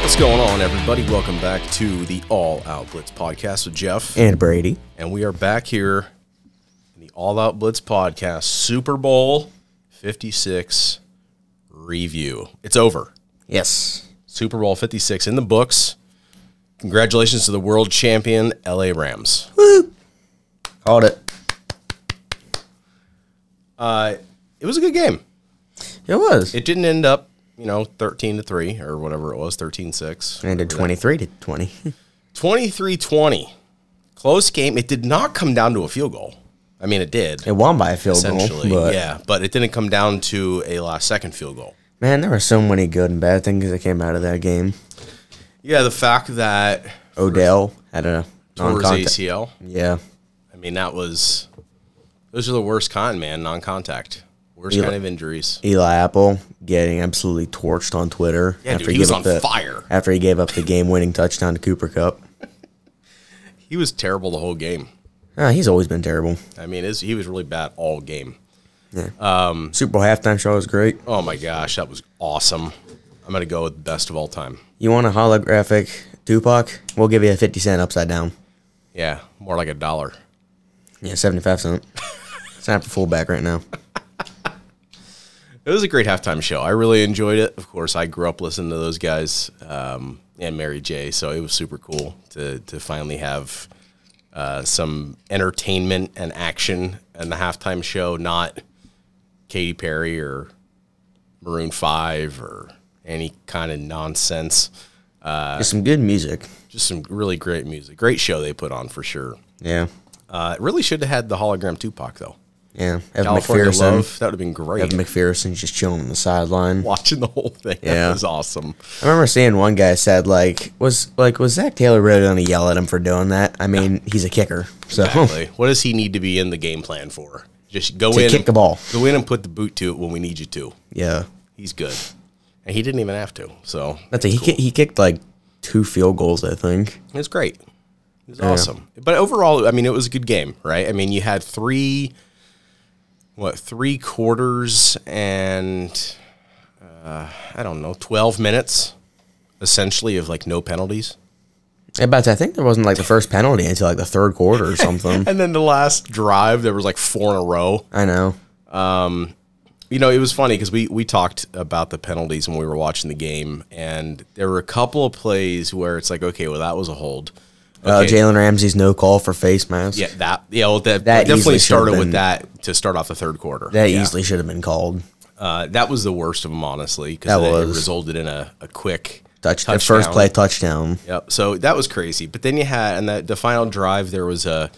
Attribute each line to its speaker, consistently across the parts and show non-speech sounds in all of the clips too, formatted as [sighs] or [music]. Speaker 1: What's going on, everybody? Welcome back to the All Out Blitz podcast with Jeff.
Speaker 2: and Brady.
Speaker 1: And we are back here in the All Out Blitz podcast Super Bowl 56 review. It's over.
Speaker 2: Yes.
Speaker 1: Super Bowl 56 in the books. Congratulations to the world champion LA Rams.
Speaker 2: Called it.
Speaker 1: It was a good game.
Speaker 2: It was.
Speaker 1: It didn't end up, you know, 13 to 3 or whatever it was, 13 6.
Speaker 2: ended 23 to 20.
Speaker 1: 23 20. Close game. It did not come down to a field goal. I mean, it did.
Speaker 2: [laughs] It won by a field goal.
Speaker 1: essentially.
Speaker 2: Oh, But
Speaker 1: yeah, but it didn't come down to a last second field goal.
Speaker 2: man, there were so many good and bad things that came out of that game.
Speaker 1: Yeah, the fact that
Speaker 2: Odell had a non
Speaker 1: towards
Speaker 2: contact.
Speaker 1: ACL,
Speaker 2: Yeah.
Speaker 1: I mean, that was those are the worst kind, man. Non-contact, worst kind of injuries.
Speaker 2: Eli Apple getting absolutely torched on Twitter
Speaker 1: Yeah, dude, he was
Speaker 2: gave
Speaker 1: on
Speaker 2: up the,
Speaker 1: fire.
Speaker 2: after he gave up the game winning touchdown to Cooper Cup.
Speaker 1: He was terrible the whole game.
Speaker 2: Ah, he's always been terrible.
Speaker 1: I mean, his, he was really bad all game.
Speaker 2: Super Bowl halftime show was great.
Speaker 1: Oh my gosh, that was awesome. I'm gonna go with best of all time.
Speaker 2: You want a holographic Tupac? We'll give you a 50 cent upside down.
Speaker 1: Yeah, more like a dollar.
Speaker 2: Yeah,
Speaker 1: [laughs]
Speaker 2: 75 cent. it's not for fullback right now.
Speaker 1: It was a great halftime show. I really enjoyed it. Of course, I grew up listening to those guys um, and Mary J, so it was super cool to to finally have uh, some entertainment and action in the halftime show, not Katy Perry or Maroon Five or any kind of nonsense.
Speaker 2: Just some good music.
Speaker 1: Just some really great music. Great show they put on for sure.
Speaker 2: Yeah.
Speaker 1: Uh, it really should have had the hologram Tupac though.
Speaker 2: Yeah. Evan
Speaker 1: California
Speaker 2: McPherson.
Speaker 1: Love. That would have been great.
Speaker 2: Evan McPherson's just chilling on the
Speaker 1: [laughs]
Speaker 2: sideline.
Speaker 1: Watching the whole thing.
Speaker 2: Yeah.
Speaker 1: That was awesome.
Speaker 2: I remember seeing one guy said like was like was Zach Taylor really gonna yell at him for doing that? I mean, he's a kicker. So hmm.
Speaker 1: Exactly. What does he need to be in the game plan for? Just go in,
Speaker 2: kick the ball.
Speaker 1: go in and put the boot to it when we need you to.
Speaker 2: [laughs] yeah.
Speaker 1: He's good, and he didn't even have to. So
Speaker 2: That's it. He ki- he kicked like two field goals, I think.
Speaker 1: it was great. It was awesome. But overall, I mean, it was a good game, right? I mean, you had three, what, three quarters and uh, I don't know, twelve minutes essentially of like no penalties,
Speaker 2: Yeah, But I think there wasn't like the first penalty until like the third quarter
Speaker 1: [laughs]
Speaker 2: or something.
Speaker 1: and then the last drive there was like four in a row.
Speaker 2: I know.
Speaker 1: you know, it was funny because we we talked about the penalties when we were watching the game, and there were a couple of plays where it's like, okay, well, that was a hold.
Speaker 2: Uh,
Speaker 1: Okay,
Speaker 2: Jalen Ramsey's no call for face mask.
Speaker 1: yeah, that yeah, well, that,
Speaker 2: That
Speaker 1: definitely
Speaker 2: easily should've
Speaker 1: started with
Speaker 2: been-
Speaker 1: that to start off the third quarter.
Speaker 2: That
Speaker 1: Yeah.
Speaker 2: easily should have been called.
Speaker 1: uh, that was the worst of them, honestly, because
Speaker 2: That
Speaker 1: it, it
Speaker 2: was.
Speaker 1: resulted in a, a quick
Speaker 2: Touch, the first play touchdown.
Speaker 1: Yep. So that was crazy. But then you had and that the final drive there was a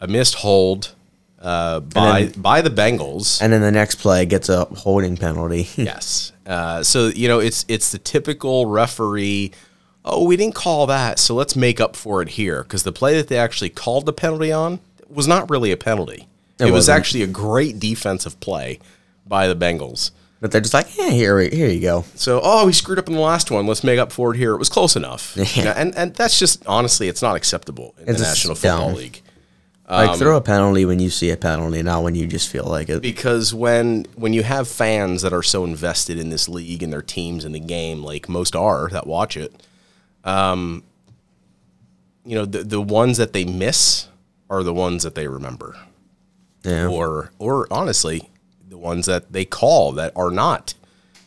Speaker 1: a missed hold uh, by by the Bengals.
Speaker 2: And then the next play gets a holding penalty. [laughs]
Speaker 1: Yes. Uh, so you know, it's it's the typical referee. Oh, we didn't call that, so let's make up for it here because the play that they actually called the penalty on was not really a penalty. It, was
Speaker 2: wasn't.
Speaker 1: actually a great defensive play by the Bengals.
Speaker 2: but they're just like, yeah, here we, here you go.
Speaker 1: So, oh, we screwed up in the last one. Let's make up for it here. It was close
Speaker 2: [laughs]
Speaker 1: enough. You know, and and that's just honestly, it's not acceptable in
Speaker 2: It's
Speaker 1: the
Speaker 2: just
Speaker 1: National Football
Speaker 2: dumb.
Speaker 1: League. Um,
Speaker 2: Like throw a penalty when you see a penalty, not when you just feel like it.
Speaker 1: because when when you have fans that are so invested in this league and their teams and the game, like most are that watch it, um, you know the the ones that they miss are the ones that they remember,
Speaker 2: Yeah.
Speaker 1: or or honestly, the ones that they call that are not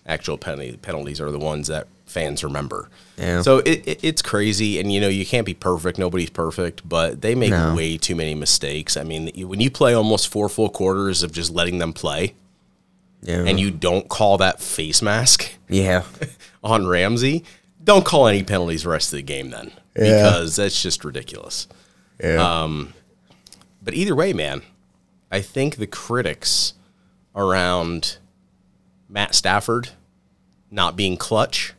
Speaker 1: actual penalty, penalties are the ones that fans remember.
Speaker 2: Yeah.
Speaker 1: So it, it, it's crazy, and you know you can't be perfect. Nobody's perfect, but they make
Speaker 2: No.
Speaker 1: way too many mistakes. I mean, you- when you play almost four full quarters of just letting them play,
Speaker 2: Yeah.
Speaker 1: and you don't call that face mask
Speaker 2: yeah.
Speaker 1: on Ramsey, don't call any penalties the rest of the game then, because that's just ridiculous. um,
Speaker 2: Yeah.
Speaker 1: But either way, man, I think the critics around Matt Stafford not being clutch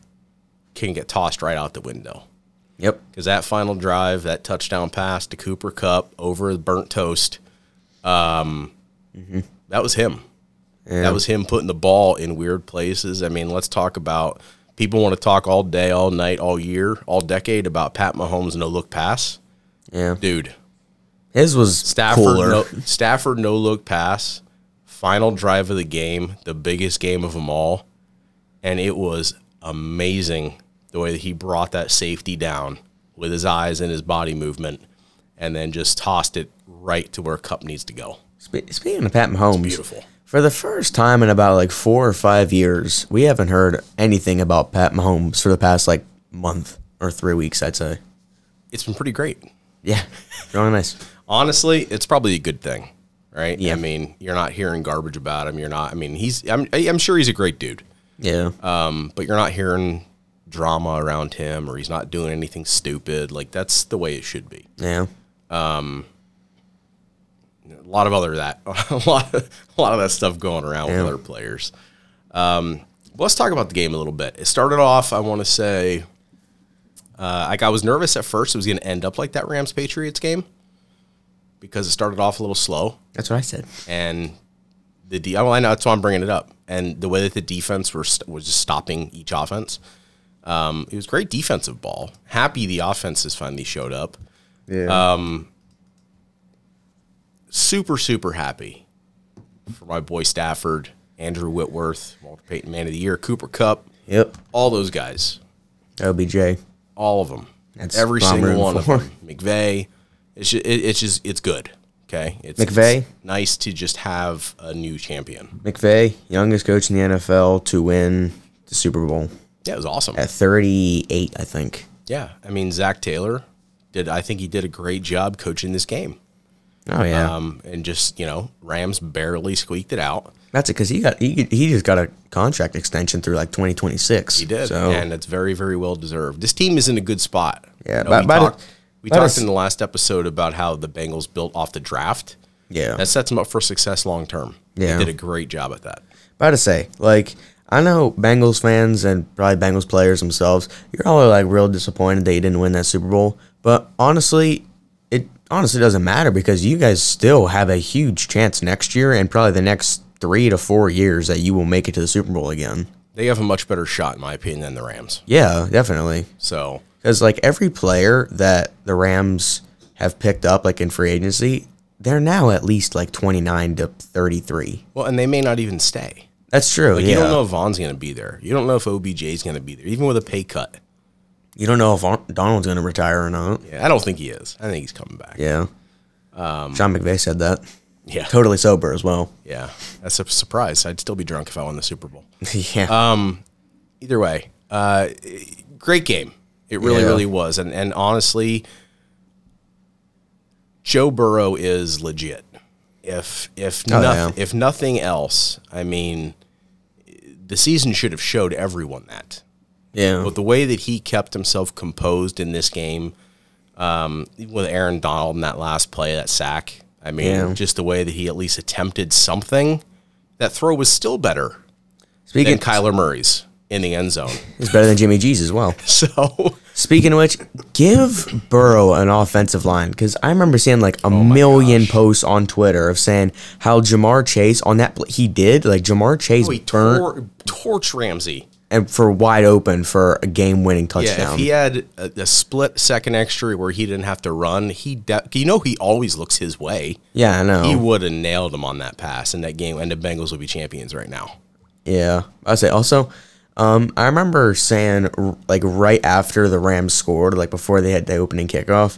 Speaker 1: can get tossed right out the window.
Speaker 2: yep.
Speaker 1: Because that final drive, that touchdown pass to Cooper Cup over the burnt toast, um, that was him. That was him putting the ball in weird places. I mean, let's talk about people want to talk all day, all night, all year, all decade about Pat Mahomes' no look pass.
Speaker 2: Yeah.
Speaker 1: Dude,
Speaker 2: His was
Speaker 1: Stafford
Speaker 2: cooler.
Speaker 1: no Stafford no look pass, final drive of the game, the biggest game of them all, and it was amazing the way that he brought that safety down with his eyes and his body movement, and then just tossed it right to where Cup needs to go.
Speaker 2: Spe- Speaking of Pat Mahomes,
Speaker 1: beautiful.
Speaker 2: For the first time in about like four or five years, we haven't heard anything about Pat Mahomes for the past like month or three weeks, I'd say.
Speaker 1: It's been pretty great.
Speaker 2: Yeah, [laughs] really nice.
Speaker 1: honestly, it's probably a good thing, right?
Speaker 2: Yeah.
Speaker 1: I mean, you're not hearing garbage about him. You're not. I mean, he's. I'm. I'm sure he's a great dude,
Speaker 2: Yeah,
Speaker 1: um, but you're not hearing drama around him, or he's not doing anything stupid. Like that's the way it should be.
Speaker 2: yeah,
Speaker 1: A lot of other that. [laughs] A lot. Of, a lot of that stuff going around with other players. Um, but let's talk about the game a little bit. It started off. I want to say. Uh, like I was nervous at first, it was going to end up like that Rams Patriots game because it started off a little slow.
Speaker 2: that's what I said.
Speaker 1: and the D. Well, I know that's why I'm bringing it up. And the way that the defense were st- was just stopping each offense. Um, it was great defensive ball. Happy the offense has finally showed up. Uh,
Speaker 2: Yeah,
Speaker 1: Super super happy for my boy Stafford, Andrew Whitworth, Walter Payton Man of the Year, Cooper Cup,
Speaker 2: yep.
Speaker 1: all those guys,
Speaker 2: OBJ.
Speaker 1: all of them,
Speaker 2: That's
Speaker 1: every
Speaker 2: what I'm
Speaker 1: single
Speaker 2: rooting
Speaker 1: one of
Speaker 2: for.
Speaker 1: them. [laughs] McVay, it's just, it, it's just it's good. Okay, it's it's
Speaker 2: McVay?
Speaker 1: nice to just have a new champion.
Speaker 2: McVay, youngest coach in the NFL to win the Super Bowl
Speaker 1: Yeah, it was awesome.
Speaker 2: at 38, I think.
Speaker 1: Yeah, I mean Zach Taylor did. I think he did a great job coaching this game,
Speaker 2: Oh yeah,
Speaker 1: um, and just you know Rams barely squeaked it out.
Speaker 2: that's it because he got he, he just got a contract extension through like 2026.
Speaker 1: He did,
Speaker 2: So
Speaker 1: and it's very very well deserved. This team is in a good spot.
Speaker 2: Yeah,
Speaker 1: You know,
Speaker 2: but-
Speaker 1: we
Speaker 2: but
Speaker 1: talked,
Speaker 2: it-
Speaker 1: we
Speaker 2: but
Speaker 1: talked
Speaker 2: it's-
Speaker 1: in the last episode about how the Bengals built off the draft.
Speaker 2: yeah,
Speaker 1: That sets them up for success long term.
Speaker 2: Yeah.
Speaker 1: they did a great job at that.
Speaker 2: about to say, like, I know Bengals fans and probably Bengals players themselves, you're all like real disappointed that you didn't win that Super Bowl. But honestly, it honestly doesn't matter because you guys still have a huge chance next year and probably the next three to four years that you will make it to the Super Bowl again.
Speaker 1: They have a much better shot, in my opinion, than the Rams.
Speaker 2: Yeah, definitely.
Speaker 1: So
Speaker 2: Because like every player that the Rams have picked up, like in free agency, they're now at least like 29 to 33.
Speaker 1: well, and they may not even stay.
Speaker 2: That's true. yeah.
Speaker 1: You don't know if Vaughn's going to be there. You don't know if OBJ is going to be there, even with a pay cut.
Speaker 2: you don't know if Ar- Donald's going to retire or not.
Speaker 1: Yeah, I don't think he is. I think he's coming back.
Speaker 2: Yeah. Um, Sean McVay said that.
Speaker 1: yeah.
Speaker 2: Totally sober as well. [laughs]
Speaker 1: Yeah, that's a surprise. I'd still be drunk if I won the Super Bowl.
Speaker 2: yeah.
Speaker 1: Um, Either way, uh, great game. It really,
Speaker 2: Yeah.
Speaker 1: really was. And and honestly, Joe Burrow is legit. If if
Speaker 2: Oh,
Speaker 1: noth-
Speaker 2: yeah.
Speaker 1: if nothing else, I mean, the season should have showed everyone that.
Speaker 2: yeah.
Speaker 1: But the way that he kept himself composed in this game, um, with Aaron Donald in that last play, that sack, I mean,
Speaker 2: Yeah.
Speaker 1: just the way that he at least attempted something, that throw was still better
Speaker 2: Speaking,
Speaker 1: than Kyler Murray's in the end zone. [laughs]
Speaker 2: it's better than Jimmy G's as well.
Speaker 1: So,
Speaker 2: Speaking of which, give Burrow an offensive line because I remember seeing like
Speaker 1: Oh
Speaker 2: a million posts on Twitter of saying how Jamar Chase on that pl- he did like Jamar Chase
Speaker 1: Oh, he
Speaker 2: burnt
Speaker 1: tor- torch Ramsey.
Speaker 2: and for wide open for a game winning
Speaker 1: Yeah,
Speaker 2: touchdown.
Speaker 1: if he had a, a split second extra where he didn't have to run, he de- you know he always looks his way.
Speaker 2: yeah, I know.
Speaker 1: He would have nailed him on that pass in that game, and the Bengals would be champions right now.
Speaker 2: Yeah, I say also. Um, I remember saying r- like right after the Rams scored, like before they had the opening kickoff.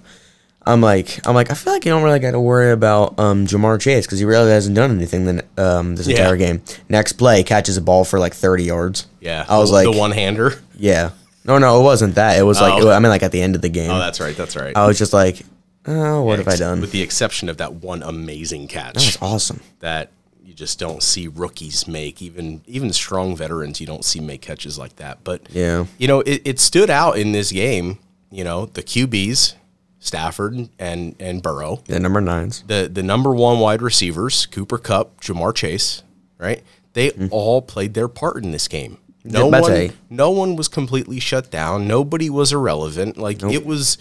Speaker 2: I'm like, I'm like, I feel like you don't really got to worry about um, Jamar Chase because he really hasn't done anything then um, this entire game. Next play catches a ball for like 30 yards.
Speaker 1: Yeah,
Speaker 2: I was
Speaker 1: the-
Speaker 2: like,
Speaker 1: the one hander.
Speaker 2: yeah, no, no, it wasn't that. It was like,
Speaker 1: Oh.
Speaker 2: I mean, like at the end of the game,
Speaker 1: Oh, that's right. That's right.
Speaker 2: I was just like, oh, what have I
Speaker 1: Ex-
Speaker 2: done?
Speaker 1: With the exception of that one amazing catch
Speaker 2: That's awesome.
Speaker 1: that you just don't see rookies make, even even strong veterans, you don't see make catches like that. But
Speaker 2: Yeah.
Speaker 1: you know, it, it stood out in this game. You know, the QBs, Stafford and and Burrow,
Speaker 2: The number nines.
Speaker 1: the the number one wide receivers, Cooper Cup, Jamar Chase, right? They all played their part in this game. No
Speaker 2: Mm-hmm. Yeah, but
Speaker 1: one,
Speaker 2: they-
Speaker 1: no one was completely shut down. Nobody was irrelevant. Like it was,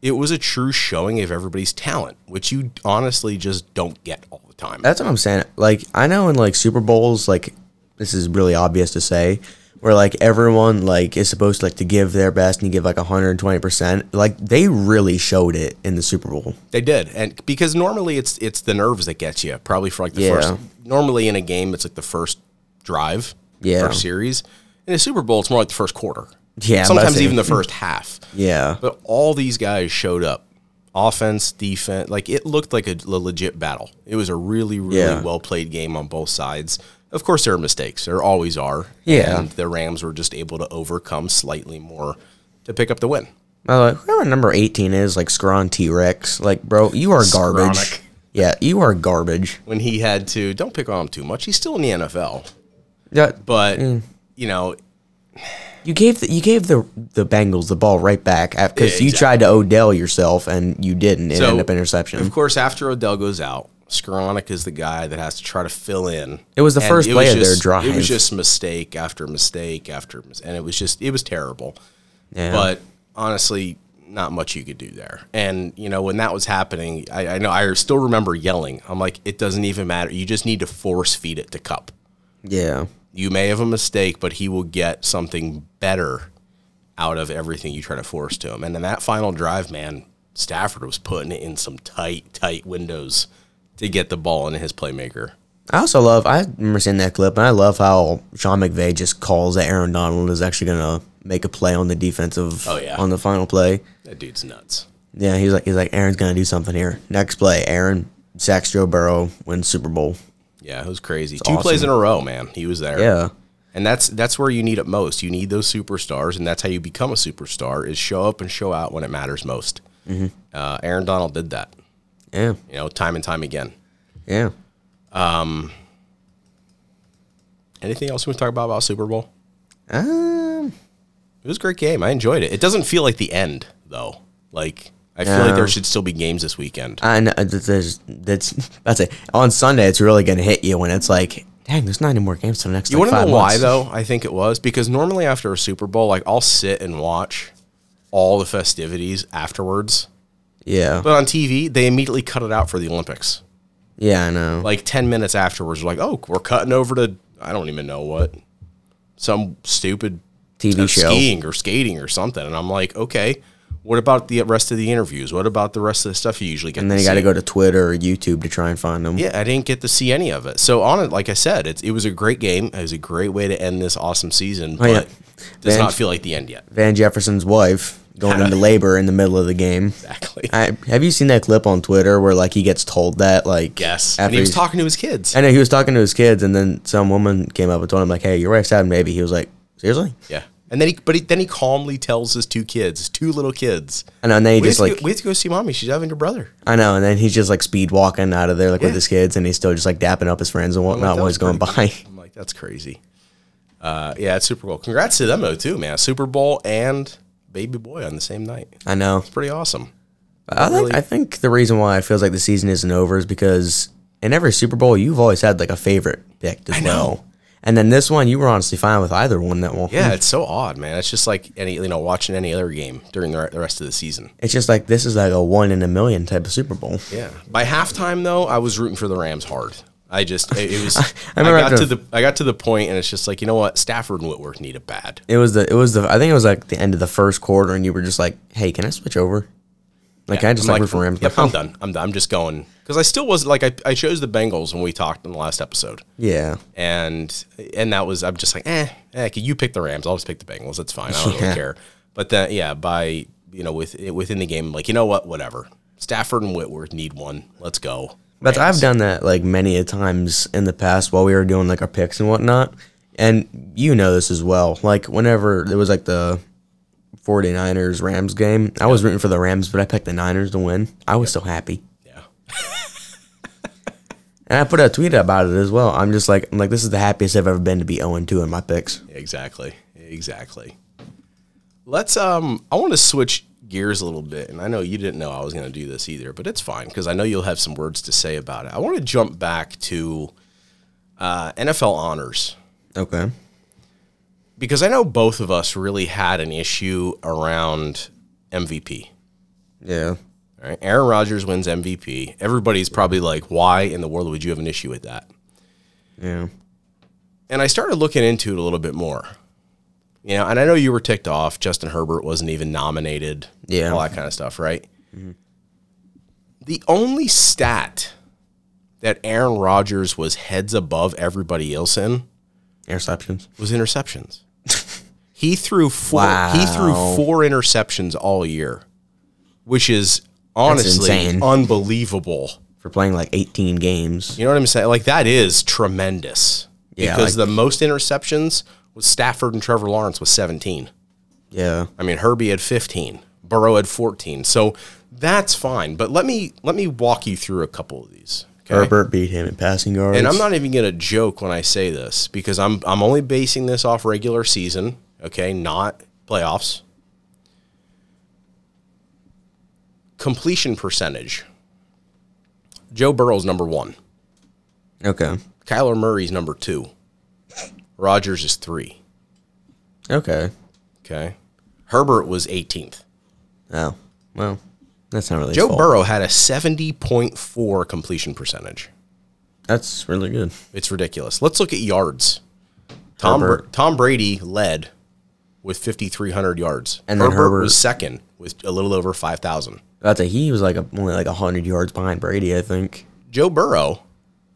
Speaker 1: it was a true showing of everybody's talent, which you honestly just don't get all the time.
Speaker 2: That's what I'm saying. Like I know in like Super Bowls, like this is really obvious to say, where like everyone like is supposed to like to give their best and you give like 120 percent. Like they really showed it in the Super Bowl.
Speaker 1: They did, and because normally it's it's the nerves that get you. Probably for like the
Speaker 2: Yeah.
Speaker 1: first. Normally in a game, it's like the first drive,
Speaker 2: Yeah.
Speaker 1: first series. In a Super Bowl, it's more like the first quarter.
Speaker 2: Yeah, but I
Speaker 1: sometimes
Speaker 2: say-
Speaker 1: even the first half.
Speaker 2: Yeah.
Speaker 1: But all these guys showed up. Offense, defense, like it looked like a l- legit battle. It was a really, really
Speaker 2: Yeah.
Speaker 1: well played game on both sides. Of course, there are mistakes. There always are.
Speaker 2: Yeah.
Speaker 1: And the Rams were just able to overcome slightly more to pick up the win.
Speaker 2: By the way, whoever number 18 is, like Scron T Rex, like, bro, you are garbage.
Speaker 1: Skronic.
Speaker 2: Yeah, you are garbage.
Speaker 1: When he had to, don't pick on him too much. He's still in the NFL,
Speaker 2: Yeah,
Speaker 1: but you know,
Speaker 2: you gave the, you gave the the Bengals the ball right back because
Speaker 1: Yeah,
Speaker 2: you
Speaker 1: exactly.
Speaker 2: tried to Odell yourself and you didn't. It
Speaker 1: So,
Speaker 2: ended up interception.
Speaker 1: of course, after Odell goes out, Skronik is the guy that has to try to fill in.
Speaker 2: It was the
Speaker 1: And
Speaker 2: first
Speaker 1: it
Speaker 2: play
Speaker 1: was
Speaker 2: of their
Speaker 1: just- It
Speaker 2: drive.
Speaker 1: was just mistake after mistake after, mis- and it was just it was terrible.
Speaker 2: Yeah.
Speaker 1: But honestly, not much you could do there. And you know when that was happening, I, I know I still remember yelling. I'm like, it doesn't even matter. You just need to force feed it to Cup.
Speaker 2: yeah,
Speaker 1: You may have a mistake, but he will get something better out of everything you try to force to him. And then that final drive, man, Stafford was putting it in some tight, tight windows to get the ball into his playmaker.
Speaker 2: I also love. I remember seeing that clip, and I love how Sean McVay just calls that Aaron Donald is actually gonna make a play on the defensive.
Speaker 1: Oh, yeah.
Speaker 2: on the final play.
Speaker 1: That dude's nuts.
Speaker 2: Yeah, he's like he's like Aaron's gonna do something here. Next play, Aaron sacks Joe Burrow wins Super Bowl.
Speaker 1: Yeah, it was crazy. Two
Speaker 2: awesome.
Speaker 1: plays in a row, man. He was there.
Speaker 2: Yeah.
Speaker 1: And that's that's where you need it most. You need those superstars, and that's how you become a superstar: is show up and show out when it matters most.
Speaker 2: Mm-hmm.
Speaker 1: Uh, Aaron Donald did that,
Speaker 2: Yeah,
Speaker 1: you know, time and time again.
Speaker 2: yeah.
Speaker 1: Anything else we want to talk about about Super Bowl?
Speaker 2: Um,
Speaker 1: It was a great game. I enjoyed it. It doesn't feel like the end though. Like I feel like
Speaker 2: No.
Speaker 1: there should still be games this weekend.
Speaker 2: I know that there's that's [laughs] that's it. On Sunday, it's really gonna hit you when it's like, dang, there's not any more games till the next.
Speaker 1: You want
Speaker 2: like,
Speaker 1: to
Speaker 2: five
Speaker 1: know why
Speaker 2: months.
Speaker 1: though? I think it was because normally after a Super Bowl, like I'll sit and watch all the festivities afterwards.
Speaker 2: Yeah,
Speaker 1: But on TV, they immediately cut it out for the Olympics.
Speaker 2: yeah, I know.
Speaker 1: Like ten minutes afterwards, like oh, we're cutting over to I don't even know what some stupid
Speaker 2: TV
Speaker 1: of
Speaker 2: show.
Speaker 1: skiing or skating or something. And I'm like, okay, what about the rest of the interviews? What about the rest of the stuff you usually get?
Speaker 2: And then
Speaker 1: to
Speaker 2: you got to
Speaker 1: see?
Speaker 2: go to Twitter or YouTube to try and find them.
Speaker 1: yeah, I didn't get to see any of it. So on it, like I said, it's, it was a great game. It was a great way to end this awesome season, but
Speaker 2: Oh, yeah.
Speaker 1: does
Speaker 2: Van-
Speaker 1: not feel like the end yet. [laughs]
Speaker 2: Van Jefferson's wife going into labor in the middle of the game.
Speaker 1: Exactly.
Speaker 2: I, have you seen that clip on Twitter where like he gets told that like
Speaker 1: yes.
Speaker 2: after
Speaker 1: And he was
Speaker 2: he's-
Speaker 1: talking to his kids.
Speaker 2: I know he was talking to his kids and then some woman came up and told him like hey your wife's having a baby he was like seriously
Speaker 1: yeah. And then he, but he, then he calmly tells his two kids, his two little kids,
Speaker 2: I know and then he
Speaker 1: we have,
Speaker 2: just
Speaker 1: to
Speaker 2: like
Speaker 1: go, we have to go see mommy. She's having her brother.
Speaker 2: I know and then he's just like speed walking out of there like
Speaker 1: Yeah.
Speaker 2: with his kids and he's still just like dapping up his friends and whatnot
Speaker 1: that
Speaker 2: while
Speaker 1: was
Speaker 2: he's going
Speaker 1: pretty
Speaker 2: by
Speaker 1: cool. I'm like, that's crazy. Uh, yeah, it's Super Bowl. Congrats to them though too, man. Super Bowl and baby boy on the same night.
Speaker 2: [laughs] I know
Speaker 1: Pretty awesome.
Speaker 2: I think, I think the reason why it feels like the season isn't over is because in every Super Bowl, you've always had like a favorite picked as well. And then this one, you were honestly fine with either one that one.
Speaker 1: Yeah, it's so odd, man. It's just like any you know watching any other game during the, the rest of the season.
Speaker 2: It's just like this is like a one in a million type of Super Bowl.
Speaker 1: Yeah. By halftime though, I was rooting for the Rams hard. I just it,
Speaker 2: [laughs]
Speaker 1: it was I,
Speaker 2: remember
Speaker 1: got to
Speaker 2: after-
Speaker 1: the I got to the point and it's just like, you know what? Stafford and Whitworth need it bad.
Speaker 2: It was the it was the I think it was like the end of the first quarter, and you were just like, "Hey, can I switch over?" Like can I just
Speaker 1: I'm
Speaker 2: like, root for Rams.
Speaker 1: Yep,
Speaker 2: now?
Speaker 1: I'm done. I'm done. I'm just going because I still was like I, I chose the Bengals when we talked in the last episode.
Speaker 2: yeah,
Speaker 1: and and that was I'm just like eh, eh you pick the Rams, I'll just pick the Bengals. That's fine. I don't
Speaker 2: Yeah.
Speaker 1: really care. But then yeah, by you know with within the game, I'm like you know what, whatever. Stafford and Whitworth need one. Let's go.
Speaker 2: But
Speaker 1: Rams.
Speaker 2: I've done that like many a times in the past while we were doing like our picks and whatnot. And you know this as well. Like whenever there was like the 49ers Rams game, I was rooting for the Rams, but I picked the Niners to win. I was so happy.
Speaker 1: yeah.
Speaker 2: And I put a tweet about it as well. I'm just like I'm like this is the happiest I've ever been to be 0 2 in my picks.
Speaker 1: Exactly. Exactly. Let's um I want to switch gears a little bit and I know you didn't know I was going to do this either, but it's fine cuz I know you'll have some words to say about it. I want to jump back to uh, NFL honors.
Speaker 2: Okay.
Speaker 1: because I know both of us really had an issue around MVP.
Speaker 2: Yeah.
Speaker 1: All right, Aaron Rodgers wins MVP. Everybody's probably like, "Why in the world would you have an issue with that?"
Speaker 2: Yeah.
Speaker 1: And I started looking into it a little bit more. You know, and I know you were ticked off. Justin Herbert wasn't even nominated.
Speaker 2: Yeah.
Speaker 1: all that kind of stuff, right? The only stat that Aaron Rodgers was heads above everybody else in
Speaker 2: Interceptions.
Speaker 1: was interceptions. [laughs] He threw four. He threw
Speaker 2: Wow.
Speaker 1: four interceptions all year, which is honestly
Speaker 2: insane.
Speaker 1: unbelievable.
Speaker 2: for playing like 18 games.
Speaker 1: You know what I'm saying? Like that is tremendous.
Speaker 2: Yeah,
Speaker 1: because
Speaker 2: like-
Speaker 1: the most interceptions was Stafford and Trevor Lawrence with 17.
Speaker 2: Yeah.
Speaker 1: I mean, Herbie had 15, Burrow had 14. So that's fine. But let me let me walk you through a couple of these. Okay?
Speaker 2: Herbert beat him in passing yards.
Speaker 1: And I'm not even going to joke when I say this because I'm I'm only basing this off regular season, okay, not playoffs. Completion percentage. Joe Burrow's number 1.
Speaker 2: Okay.
Speaker 1: Kyler Murray's number 2. Rodgers is 3,
Speaker 2: Okay.
Speaker 1: okay? Herbert was 18th.
Speaker 2: Oh. Well, that's not really
Speaker 1: Joe
Speaker 2: Joe fault.
Speaker 1: Burrow had a 70.4 completion percentage.
Speaker 2: That's really good.
Speaker 1: It's ridiculous. Let's look at yards. Tom Br-
Speaker 2: Herbert.
Speaker 1: Tom Brady led with 5,300 yards,
Speaker 2: And then Herbert-
Speaker 1: was second with a little over 5,000.
Speaker 2: That's a he was like a, only like 100 yards behind Brady, I think.
Speaker 1: Joe Burrow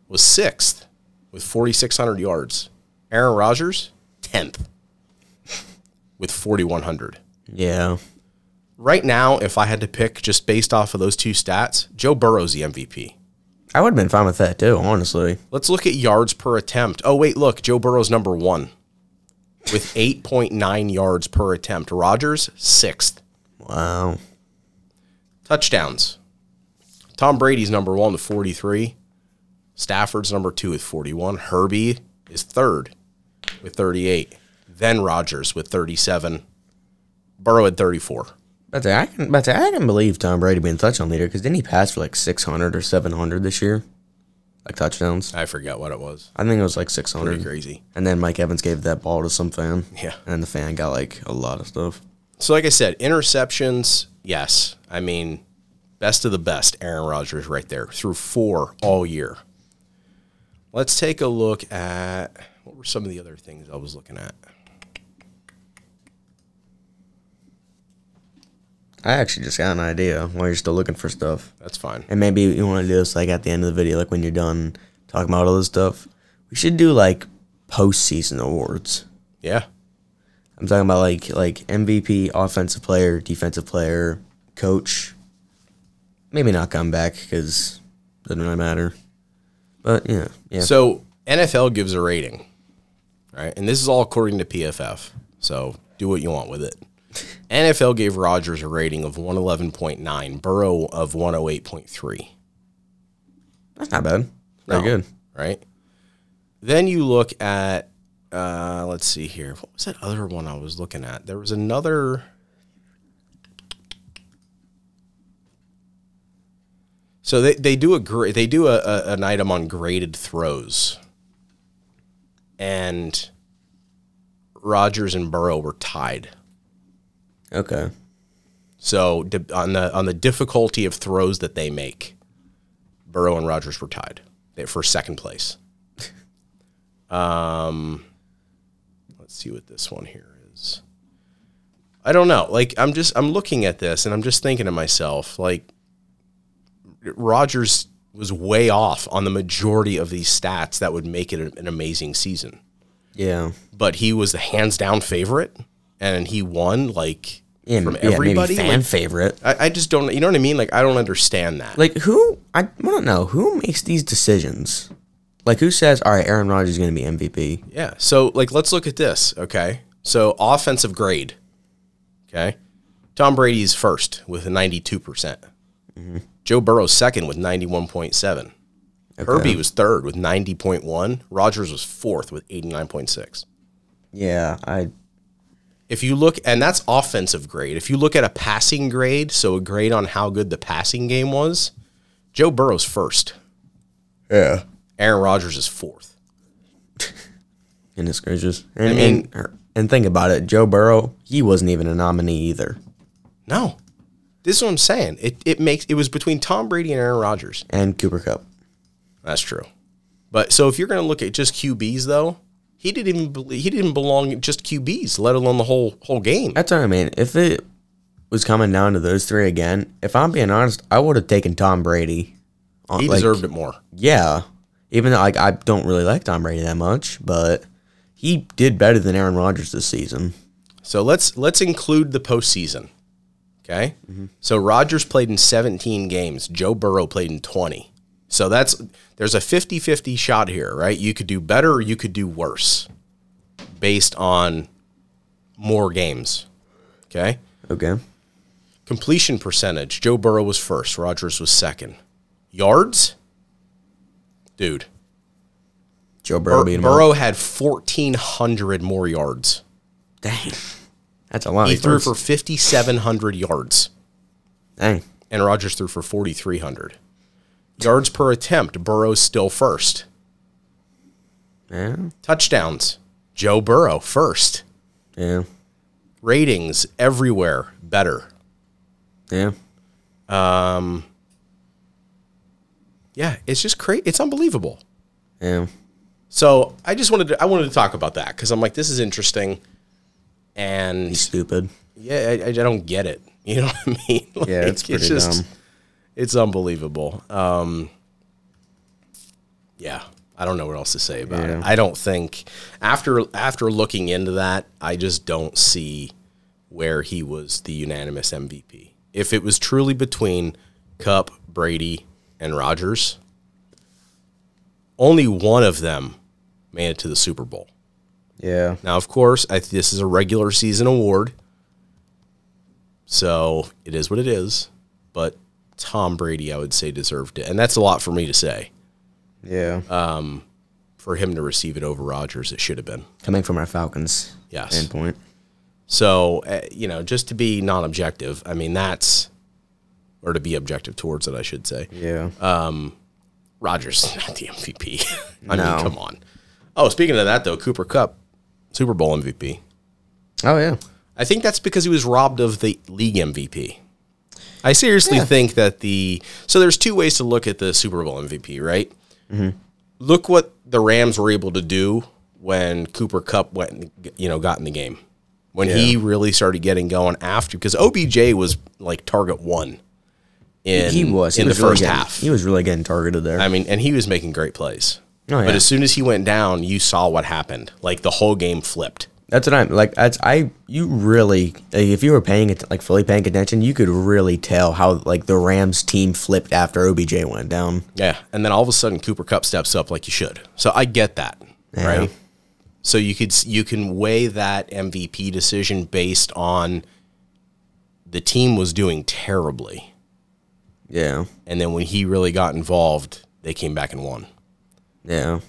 Speaker 1: was sixth with 4,600 yards. Aaron Rodgers tenth with 4,100.
Speaker 2: Yeah.
Speaker 1: Right now, if I had to pick just based off of those two stats, Joe Burrow's the MVP.
Speaker 2: I would have been fine with that too, honestly.
Speaker 1: Let's look at yards per attempt. Oh, wait, look, Joe Burrow's number one with 8.9 yards per attempt. Rodgers, sixth.
Speaker 2: Wow.
Speaker 1: Touchdowns. Tom Brady's number one with 43. Stafford's number two with 41. Herbie is third with 38. Then Rodgers with 37. Burrow at 34.
Speaker 2: But I can, but I can believe Tom Brady being touchdown leader because didn't he pass for like 600 or 700 this year? Like touchdowns?
Speaker 1: I forget what it was.
Speaker 2: I think it was like
Speaker 1: Pretty
Speaker 2: 600.
Speaker 1: crazy.
Speaker 2: And then Mike Evans gave that ball to some fan.
Speaker 1: Yeah.
Speaker 2: And the fan got like a lot of stuff.
Speaker 1: So, like I said, interceptions, yes. I mean, best of the best, Aaron Rodgers right there through four all year. Let's take a look at what were some of the other things I was looking at.
Speaker 2: I actually just got an idea while you're still looking for stuff.
Speaker 1: That's fine.
Speaker 2: And maybe you want to do this like at the end of the video, like when you're done talking about all this stuff. We should do like postseason awards.
Speaker 1: Yeah.
Speaker 2: I'm talking about like like MVP, offensive player, defensive player, coach. Maybe not come back because doesn't really matter. But yeah, yeah.
Speaker 1: So, NFL gives a rating, right? And this is all according to PFF. So, do what you want with it. NFL gave Rodgers a rating of 111.9, Burrow of 108.3.
Speaker 2: That's not bad.
Speaker 1: No.
Speaker 2: Very good.
Speaker 1: right? Then you look at, uh, let's see here. What was that other one I was looking at? There was another. So they, they do a gra- they do a, a, an item on graded throws, and Rogers and Burrow were tied.
Speaker 2: Okay.
Speaker 1: So di- on the on the difficulty of throws that they make, Burrow and Rogers were tied They- for second place. [laughs] um, let's see what this one here is. I don't know. Like I'm just I'm looking at this and I'm just thinking to myself like Rogers was way off on the majority of these stats that would make it an- an amazing season
Speaker 2: Yeah.
Speaker 1: but he was the hands down favorite and he won like
Speaker 2: Yeah,
Speaker 1: from
Speaker 2: yeah,
Speaker 1: everybody.
Speaker 2: maybe fan
Speaker 1: Like,
Speaker 2: favorite.
Speaker 1: I, I just don't, you know what I mean? Like, I don't understand that.
Speaker 2: Like who? I want to know who makes these decisions. Like who says, "All right, Aaron Rodgers is going to be MVP"?
Speaker 1: yeah. So, like, let's look at this. Okay. So, offensive grade. Okay. Tom Brady's first with a 92%. percent Joe Burrow's second with 91.7. Herbie was third with 90.1. Rogers was fourth with 89.6.
Speaker 2: Yeah, I.
Speaker 1: if you look and that's offensive grade if you look at a passing grade so a grade on how good the passing game was joe burrow's first
Speaker 2: Yeah.
Speaker 1: aaron rodgers is fourth
Speaker 2: And it's gracious. And, I
Speaker 1: mean-
Speaker 2: mean, and, er, and think about it. Joe Burrow, he wasn't even a nominee either.
Speaker 1: no this is what i'm saying it, it makes it was between tom brady and aaron rodgers
Speaker 2: And Cooper Cup.
Speaker 1: that's true but so if you're going to look at just qb's though he didn't even bel he didn't belong in just qb's let alone the whole whole game
Speaker 2: That's what I mean. If it was coming down to those three again, if I'm being honest, I would have taken Tom Brady. On,
Speaker 1: he
Speaker 2: like,
Speaker 1: deserved it more
Speaker 2: Yeah. Even though like, I don't really like Tom Brady that much, but he did better than Aaron Rodgers this season.
Speaker 1: So let's let's include the postseason. Okay.
Speaker 2: Mm-hmm.
Speaker 1: So Rodgers played in 17 games. Joe Burrow played in 20. So that's there's a 50-50 shot here, right? You could do better or you could do worse based on more games. Okay?
Speaker 2: Okay.
Speaker 1: Completion percentage. Joe Burrow was first. Rodgers was second. Yards? Dude.
Speaker 2: Joe Burrow
Speaker 1: Bur-
Speaker 2: beat him
Speaker 1: Burrow had 1,400 more yards.
Speaker 2: up. Dang. That's a lot.
Speaker 1: He
Speaker 2: of
Speaker 1: threw
Speaker 2: points.
Speaker 1: for 5,700 yards,
Speaker 2: Dang.
Speaker 1: and Rodgers threw for 4,300. Yards per attempt, Burrow's still first.
Speaker 2: Yeah.
Speaker 1: Touchdowns, Joe Burrow first.
Speaker 2: Yeah.
Speaker 1: Ratings everywhere better.
Speaker 2: Yeah.
Speaker 1: Yeah, it's just crazy. It's unbelievable.
Speaker 2: Yeah.
Speaker 1: So I just wanted to I wanted to talk about that because I'm like this is interesting, and
Speaker 2: Stupid.
Speaker 1: yeah, I, I I don't get it. [laughs] You know what I mean? Like,
Speaker 2: Yeah, it's pretty dumb.
Speaker 1: It's unbelievable. Um, yeah, I don't know what else to say about it. I don't think after after looking into that, I just don't see where he was the unanimous MVP. If it was truly between Cup, Brady, and Rogers, only one of them made it to the Super Bowl.
Speaker 2: Yeah.
Speaker 1: Now, of course, I, this is a regular season award, so it is what it is. But Tom Brady, I would say, deserved it, and that's a lot for me to say.
Speaker 2: Yeah.
Speaker 1: For him to receive it over Rodgers, it should have been.
Speaker 2: Coming from our Falcons.
Speaker 1: Yes.
Speaker 2: Endpoint.
Speaker 1: So, uh, you know, just to be non-objective, I mean, that's or to be objective towards it, I should say.
Speaker 2: Yeah.
Speaker 1: Rodgers [laughs] not the MVP. I
Speaker 2: No.
Speaker 1: mean, come on. Oh, speaking of that though, Cooper Cup, Super Bowl MVP.
Speaker 2: oh yeah.
Speaker 1: I think that's because he was robbed of the league MVP. I seriously think that the so there's two ways to look at the Super Bowl MVP, right?
Speaker 2: Mm-hmm.
Speaker 1: Look what the Rams were able to do when Cooper Cup went, and, you know, got in the game when he really started getting going after because OBJ was like target one in
Speaker 2: He was. He
Speaker 1: in
Speaker 2: was
Speaker 1: the
Speaker 2: really
Speaker 1: first
Speaker 2: getting-
Speaker 1: half.
Speaker 2: He was really getting targeted there.
Speaker 1: I mean, and he was making great plays.
Speaker 2: Oh, yeah.
Speaker 1: But as soon as he went down, you saw what happened. Like the whole game flipped.
Speaker 2: That's what I'm like. That's I. You really, like, if you were paying it, like fully paying attention, you could really tell how like the Rams team flipped after OBJ went down.
Speaker 1: Yeah, and then all of a sudden Cooper Cup steps up like you should. So I get that, right? So you could you can weigh that MVP decision based on the team was doing terribly,
Speaker 2: Yeah,
Speaker 1: and then when he really got involved, they came back and won.
Speaker 2: yeah,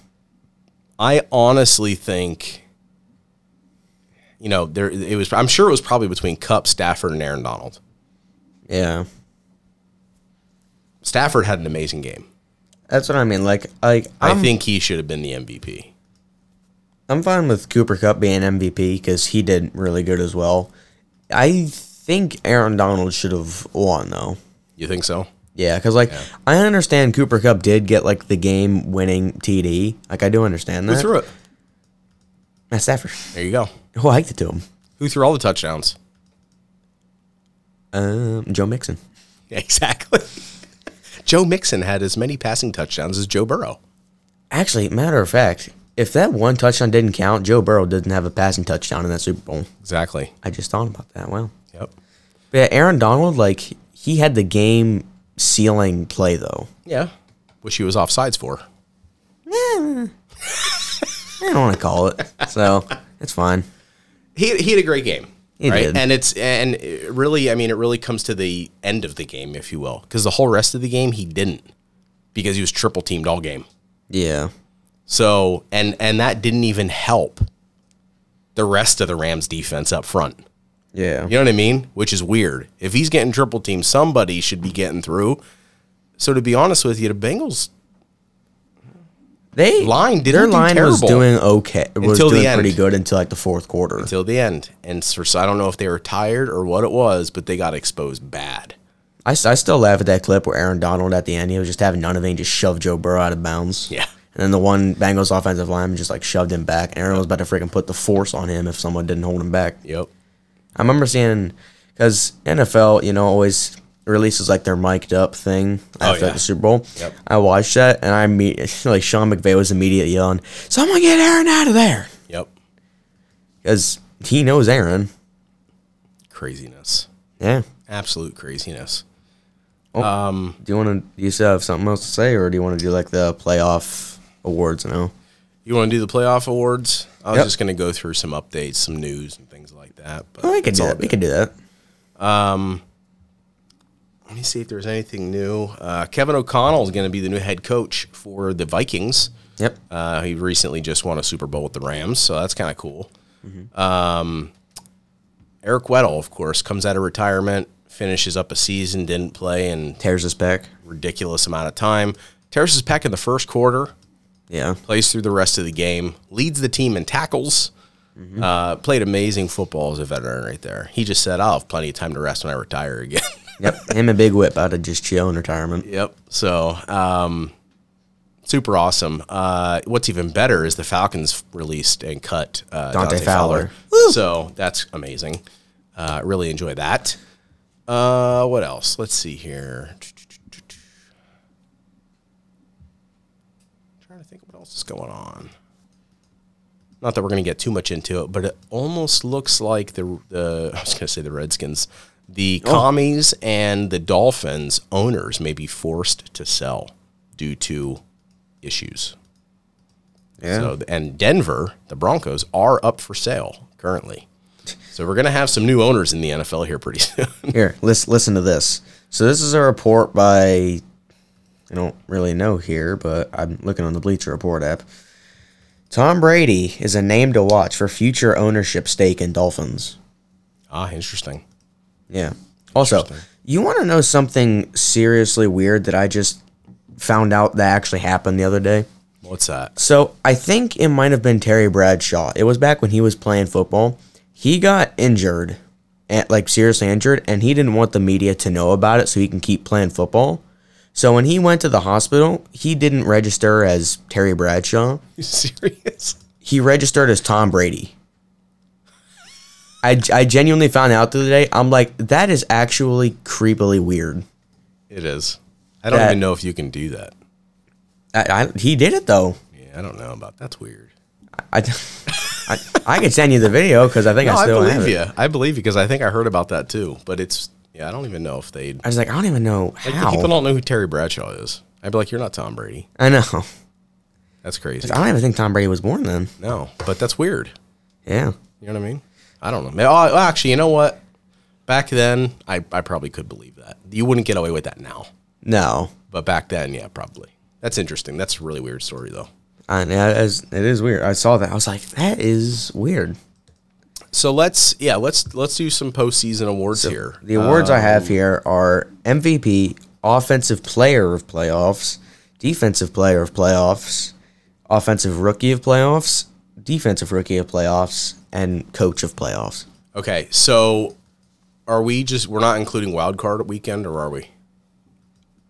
Speaker 1: I honestly think, you know, there it was. I'm sure it was probably between Cup, Stafford, and Aaron Donald.
Speaker 2: yeah.
Speaker 1: Stafford had an amazing game.
Speaker 2: That's what I mean. Like, like
Speaker 1: I
Speaker 2: I'm,
Speaker 1: think he should have been the MVP.
Speaker 2: I'm fine with Cooper Cup being MVP because he did really good as well. I think Aaron Donald should have won though.
Speaker 1: You think so?
Speaker 2: Yeah, because like I understand Cooper Cup did get like the game winning TD. Like I do understand
Speaker 1: Who
Speaker 2: that.
Speaker 1: threw it?
Speaker 2: Matt Stafford.
Speaker 1: There you go.
Speaker 2: Who liked it to him?
Speaker 1: Who threw all the touchdowns?
Speaker 2: Um, Joe Mixon.
Speaker 1: [laughs] Exactly. Joe Mixon had as many passing touchdowns as Joe Burrow.
Speaker 2: Actually, matter of fact, if that one touchdown didn't count, Joe Burrow didn't have a passing touchdown in that Super Bowl.
Speaker 1: Exactly.
Speaker 2: I just thought about that. Wow.
Speaker 1: Yep.
Speaker 2: But yeah, Aaron Donald, like he had the game sealing play though.
Speaker 1: Yeah. Which he was offsides for.
Speaker 2: I don't want to call it, so it's fine.
Speaker 1: He, he had a great game.
Speaker 2: He
Speaker 1: right.
Speaker 2: did.
Speaker 1: And it's and it really I mean it really comes to the end of the game, if you will. Because the whole rest of the game he didn't. Because he was triple teamed all game.
Speaker 2: Yeah,
Speaker 1: So and and that didn't even help the rest of the Rams defense up front.
Speaker 2: yeah,
Speaker 1: You know what I mean? Which is weird. If he's getting triple teamed, somebody should be getting through. So to be honest with you, the Bengals
Speaker 2: They
Speaker 1: line didn't
Speaker 2: their
Speaker 1: do
Speaker 2: line was
Speaker 1: terrible.
Speaker 2: doing okay. Was
Speaker 1: Until the
Speaker 2: doing
Speaker 1: end.
Speaker 2: pretty good until like the fourth quarter.
Speaker 1: till the end. And so, so I don't know if they were tired or what it was, but they got exposed bad.
Speaker 2: I, s- I still laugh at that clip where Aaron Donald at the end he was just having none of it, and just shoved Joe Burrow out of bounds.
Speaker 1: Yeah.
Speaker 2: And then the one Bengals offensive lineman just like shoved him back. Aaron was about to freaking put the force on him if someone didn't hold him back.
Speaker 1: Yep.
Speaker 2: I remember seeing because NFL, you know, always releases like their mic'd up thing after
Speaker 1: Oh, yeah.
Speaker 2: the Super Bowl.
Speaker 1: Yep.
Speaker 2: I watched that and I meet [laughs] like Sean McVay was immediately yelling, "Someone get Aaron out of there,"
Speaker 1: Yep.
Speaker 2: because he knows Aaron.
Speaker 1: craziness.
Speaker 2: Yeah.
Speaker 1: Absolute craziness.
Speaker 2: Do you want to? You still have something else to say, or do you want to do like the playoff awards now?
Speaker 1: You want to do the playoff awards? I was
Speaker 2: Yep.
Speaker 1: just going to go through some updates, some news, and things like that. But
Speaker 2: Oh, we could
Speaker 1: it's
Speaker 2: do
Speaker 1: all
Speaker 2: that. We
Speaker 1: good.
Speaker 2: could do that.
Speaker 1: Let me see if there's anything new. Uh, Kevin O'Connell is going to be the new head coach for the Vikings.
Speaker 2: Yep.
Speaker 1: Uh, he recently just won a Super Bowl with the Rams, so that's kind of cool. Um, Eric Weddle, of course, comes out of retirement, finishes up a season, didn't play in a
Speaker 2: Tears us back.
Speaker 1: ridiculous amount of time. Terrace is back in the first quarter,
Speaker 2: Yeah.
Speaker 1: plays through the rest of the game, leads the team in tackles. Uh, played amazing football as a veteran right there. He just said, "I'll have plenty of time to rest when I retire again."
Speaker 2: Yep. [laughs] Him and Big Whip out of just chill in retirement.
Speaker 1: Yep. So, um, super awesome. Uh, what's even better is the Falcons released and cut uh,
Speaker 2: Dante
Speaker 1: Dante,
Speaker 2: Fowler.
Speaker 1: Fowler. So that's amazing. Uh, really enjoy that. Uh, what else? Let's see here. Trying to think what else is going on. Not that we're going to get too much into it, but it almost looks like the the [laughs] I was going to say the Redskins, the commies and the Dolphins owners may be forced to sell due to issues.
Speaker 2: Yeah.
Speaker 1: So and Denver, the Broncos are up for sale currently. So we're going to have some new owners in the NFL here pretty [laughs] soon.
Speaker 2: [laughs] Here, listen, listen to this. So this is a report by I don't really know here, but I'm looking on the Bleacher Report app. Tom Brady is a name to watch for future ownership stake in Dolphins.
Speaker 1: ah, interesting.
Speaker 2: Yeah. Also, you want to know something seriously weird that I just found out that actually happened the other day?
Speaker 1: What's that?
Speaker 2: So I think it might have been Terry Bradshaw. It was back when he was playing football. He got injured, and like seriously injured, and he didn't want the media to know about it so he can keep playing football. So when he went to the hospital, he didn't register as Terry Bradshaw.
Speaker 1: You [laughs] serious?
Speaker 2: He registered as Tom Brady. I, I genuinely found out the other day. I'm like, that is actually creepily weird.
Speaker 1: It is. I don't
Speaker 2: That-
Speaker 1: even know if you can do that.
Speaker 2: I, I, he did it though.
Speaker 1: Yeah, I don't know about that's weird.
Speaker 2: I, I, I could send you the video because I think
Speaker 1: No,
Speaker 2: I
Speaker 1: I
Speaker 2: still have
Speaker 1: believe
Speaker 2: it.
Speaker 1: you. I believe you because I think I heard about that too. But it's yeah, I don't even know if they.
Speaker 2: I was like, I don't even know how.
Speaker 1: People don't know who Terry Bradshaw is. I'd be like, you're not Tom Brady.
Speaker 2: I know.
Speaker 1: That's crazy.
Speaker 2: I don't even think Tom Brady was born then.
Speaker 1: No, but that's weird.
Speaker 2: Yeah.
Speaker 1: You know what I mean? I don't know. May- Oh, actually, you know what? Back then, I, I probably could believe that. You wouldn't get away with that now,
Speaker 2: No.
Speaker 1: but back then, yeah, probably. That's interesting. That's a really weird story though.
Speaker 2: I, yeah, it, is, it is weird. I saw that. I was like, that is weird.
Speaker 1: So let's yeah let's let's do some postseason awards here.
Speaker 2: The awards I
Speaker 1: Oh.
Speaker 2: have here are MVP, Offensive Player of Playoffs, Defensive Player of Playoffs, Offensive Rookie of Playoffs, Defensive Rookie of Playoffs, and Coach of Playoffs.
Speaker 1: Okay, so are we just we're not including wild card weekend or are we?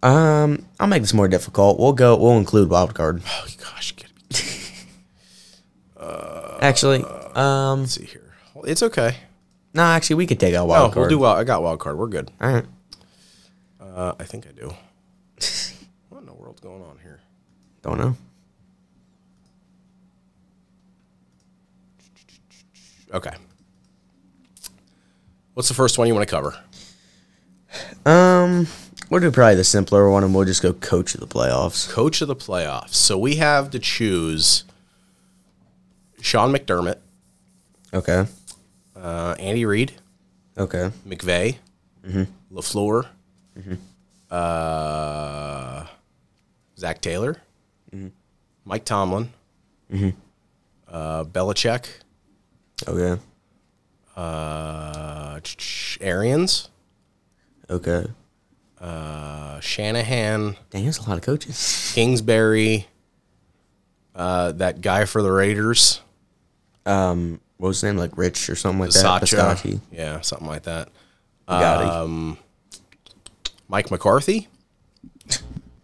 Speaker 2: I'll make this more difficult. We'll go. We'll include wild card.
Speaker 1: Oh gosh, you gotta be
Speaker 2: Actually, um,
Speaker 1: let's see here. Well, It's okay.
Speaker 2: no, actually, we could take out
Speaker 1: Oh,
Speaker 2: wild card.
Speaker 1: we'll do well. I got wild card. We're good.
Speaker 2: All right.
Speaker 1: Uh, I think I
Speaker 2: [laughs]
Speaker 1: do. what in the world's going on here?
Speaker 2: Don't know.
Speaker 1: Okay. What's the first one you want to cover?
Speaker 2: Um, we'll do probably the simpler one, and we'll just go coach of the playoffs.
Speaker 1: Coach of the playoffs. So we have to choose Sean McDermott,
Speaker 2: Okay.
Speaker 1: uh, Andy Reid,
Speaker 2: Okay.
Speaker 1: McVay,
Speaker 2: Mm-hmm.
Speaker 1: Lafleur, uh, Zach Taylor,
Speaker 2: Mm-hmm.
Speaker 1: Mike Tomlin, uh, Belichick,
Speaker 2: Okay.
Speaker 1: uh, Ch- Ch- Arians,
Speaker 2: Okay.
Speaker 1: uh, Shanahan,
Speaker 2: Dang, there's a lot of coaches.
Speaker 1: Kingsbury, uh, that guy for the Raiders,
Speaker 2: What was his name? Like Rich or something like that.
Speaker 1: Sacha,
Speaker 2: Pistacchi.
Speaker 1: yeah, something like that.
Speaker 2: Gotti.
Speaker 1: Um, Mike McCarthy,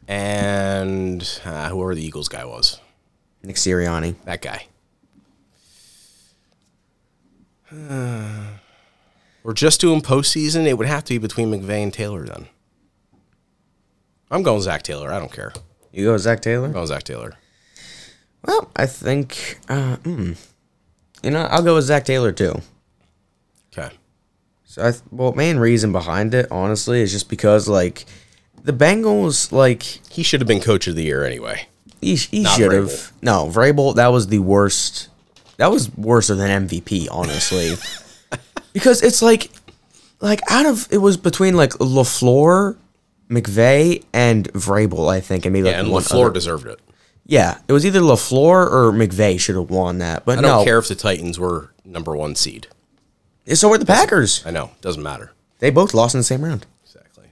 Speaker 1: and uh, whoever the Eagles guy was.
Speaker 2: Nick Sirianni.
Speaker 1: That guy. [sighs] We're just doing postseason. It would have to be between McVay and Taylor then. I'm going Zach Taylor. I don't care. I'm
Speaker 2: You go, Zach Taylor.
Speaker 1: going Zach Taylor.
Speaker 2: Well, I think, hmm. uh, mm, you know, I'll go with Zach Taylor too.
Speaker 1: Okay.
Speaker 2: So I th- well, main reason behind it, honestly, is just because like the Bengals, like
Speaker 1: He should have been coach of the year anyway.
Speaker 2: he, sh- he
Speaker 1: Not
Speaker 2: should
Speaker 1: Vrabel.
Speaker 2: have. No, Vrabel, that was the worst. That was worse than MVP,
Speaker 1: [laughs]
Speaker 2: honestly, because it's like, like out of it was between like Lafleur, McVay, and Vrabel, I think, and maybe like
Speaker 1: And
Speaker 2: one
Speaker 1: LaFleur
Speaker 2: other-
Speaker 1: deserved it.
Speaker 2: Yeah, it was either Lafleur or McVay should have won that, but
Speaker 1: I don't
Speaker 2: no.
Speaker 1: care if the Titans were number one seed.
Speaker 2: So were the Packers.
Speaker 1: I know. Doesn't matter.
Speaker 2: They both lost in the same round.
Speaker 1: Exactly.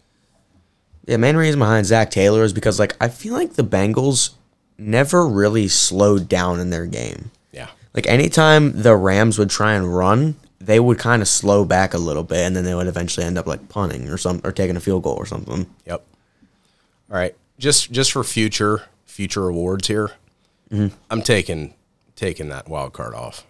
Speaker 2: Yeah, main reason behind Zach Taylor is because like I feel like the Bengals never really slowed down in their game.
Speaker 1: Yeah.
Speaker 2: Like anytime the Rams would try and run, they would kind of slow back a little bit, and then they would eventually end up like punting or some or taking a field goal or something.
Speaker 1: Yep. All right. Just just for future future awards here,
Speaker 2: Mm-hmm.
Speaker 1: I'm taking taking that wild card off.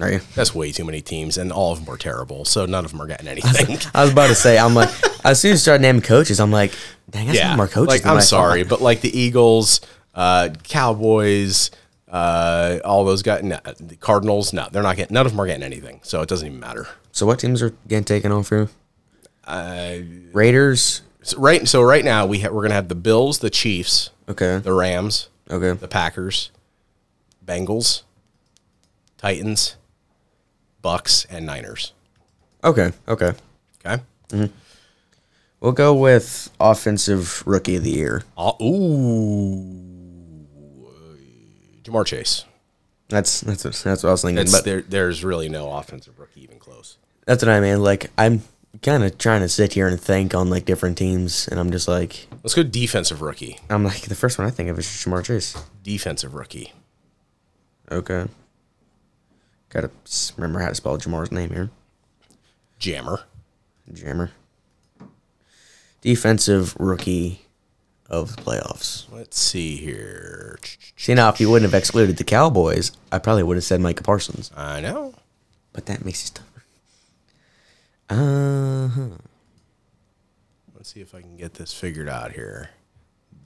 Speaker 2: Are you?
Speaker 1: That's way too many teams, and all of them are terrible. So none of them are
Speaker 2: [laughs]
Speaker 1: getting anything.
Speaker 2: I was about to say, I'm like, [laughs] as soon as you start naming coaches, I'm like, dang, that's
Speaker 1: yeah,
Speaker 2: not more coaches.
Speaker 1: like
Speaker 2: than
Speaker 1: I'm
Speaker 2: I thought.
Speaker 1: sorry, but like the Eagles, uh, Cowboys, uh, all those guys, no, the Cardinals, no, they're not getting. None of them are getting anything, so it doesn't even matter.
Speaker 2: So what teams are getting taken off you? Raiders.
Speaker 1: So right, so right now we ha- we're gonna have the Bills, the Chiefs,
Speaker 2: Okay.
Speaker 1: the Rams,
Speaker 2: Okay.
Speaker 1: the Packers, Bengals, Titans, Bucks, and Niners.
Speaker 2: Okay. Okay.
Speaker 1: Okay.
Speaker 2: We'll go with offensive rookie of the year.
Speaker 1: Oh, ooh, Jamar Chase.
Speaker 2: That's that's what, that's what I was thinking.
Speaker 1: It's,
Speaker 2: but
Speaker 1: there, there's really no offensive rookie even close.
Speaker 2: that's what I mean. Like I'm kind of trying to sit here and think on like different teams, and I'm just like,
Speaker 1: Let's go defensive rookie.
Speaker 2: I'm like the first one I think of is Jamar Chase.
Speaker 1: Defensive rookie.
Speaker 2: Okay. Gotta s- remember how to spell Jamar's name here.
Speaker 1: Jammer.
Speaker 2: Jammer. Defensive rookie of the playoffs.
Speaker 1: Let's see here.
Speaker 2: See now, if you wouldn't have excluded the Cowboys, I probably would have said Micah Parsons.
Speaker 1: I know.
Speaker 2: But that makes it tougher. Uh huh.
Speaker 1: Let's see if I can get this figured out here.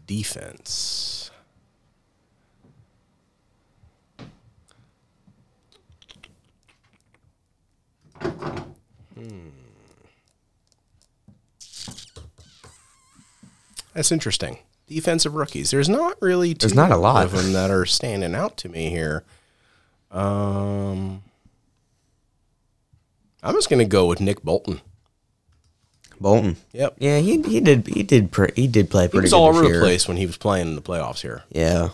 Speaker 1: Defense. Hmm. That's interesting. Defensive rookies. There's not really
Speaker 2: There's not a
Speaker 1: too
Speaker 2: lot.
Speaker 1: of them that are standing out to me here. Um, I'm just gonna go with Nick Bolton.
Speaker 2: Bolton.
Speaker 1: Yep,
Speaker 2: Yeah, he he did he did pre- he did play pretty.
Speaker 1: he was
Speaker 2: good
Speaker 1: all
Speaker 2: this
Speaker 1: over the
Speaker 2: year.
Speaker 1: place when he was playing in the playoffs here.
Speaker 2: Yeah,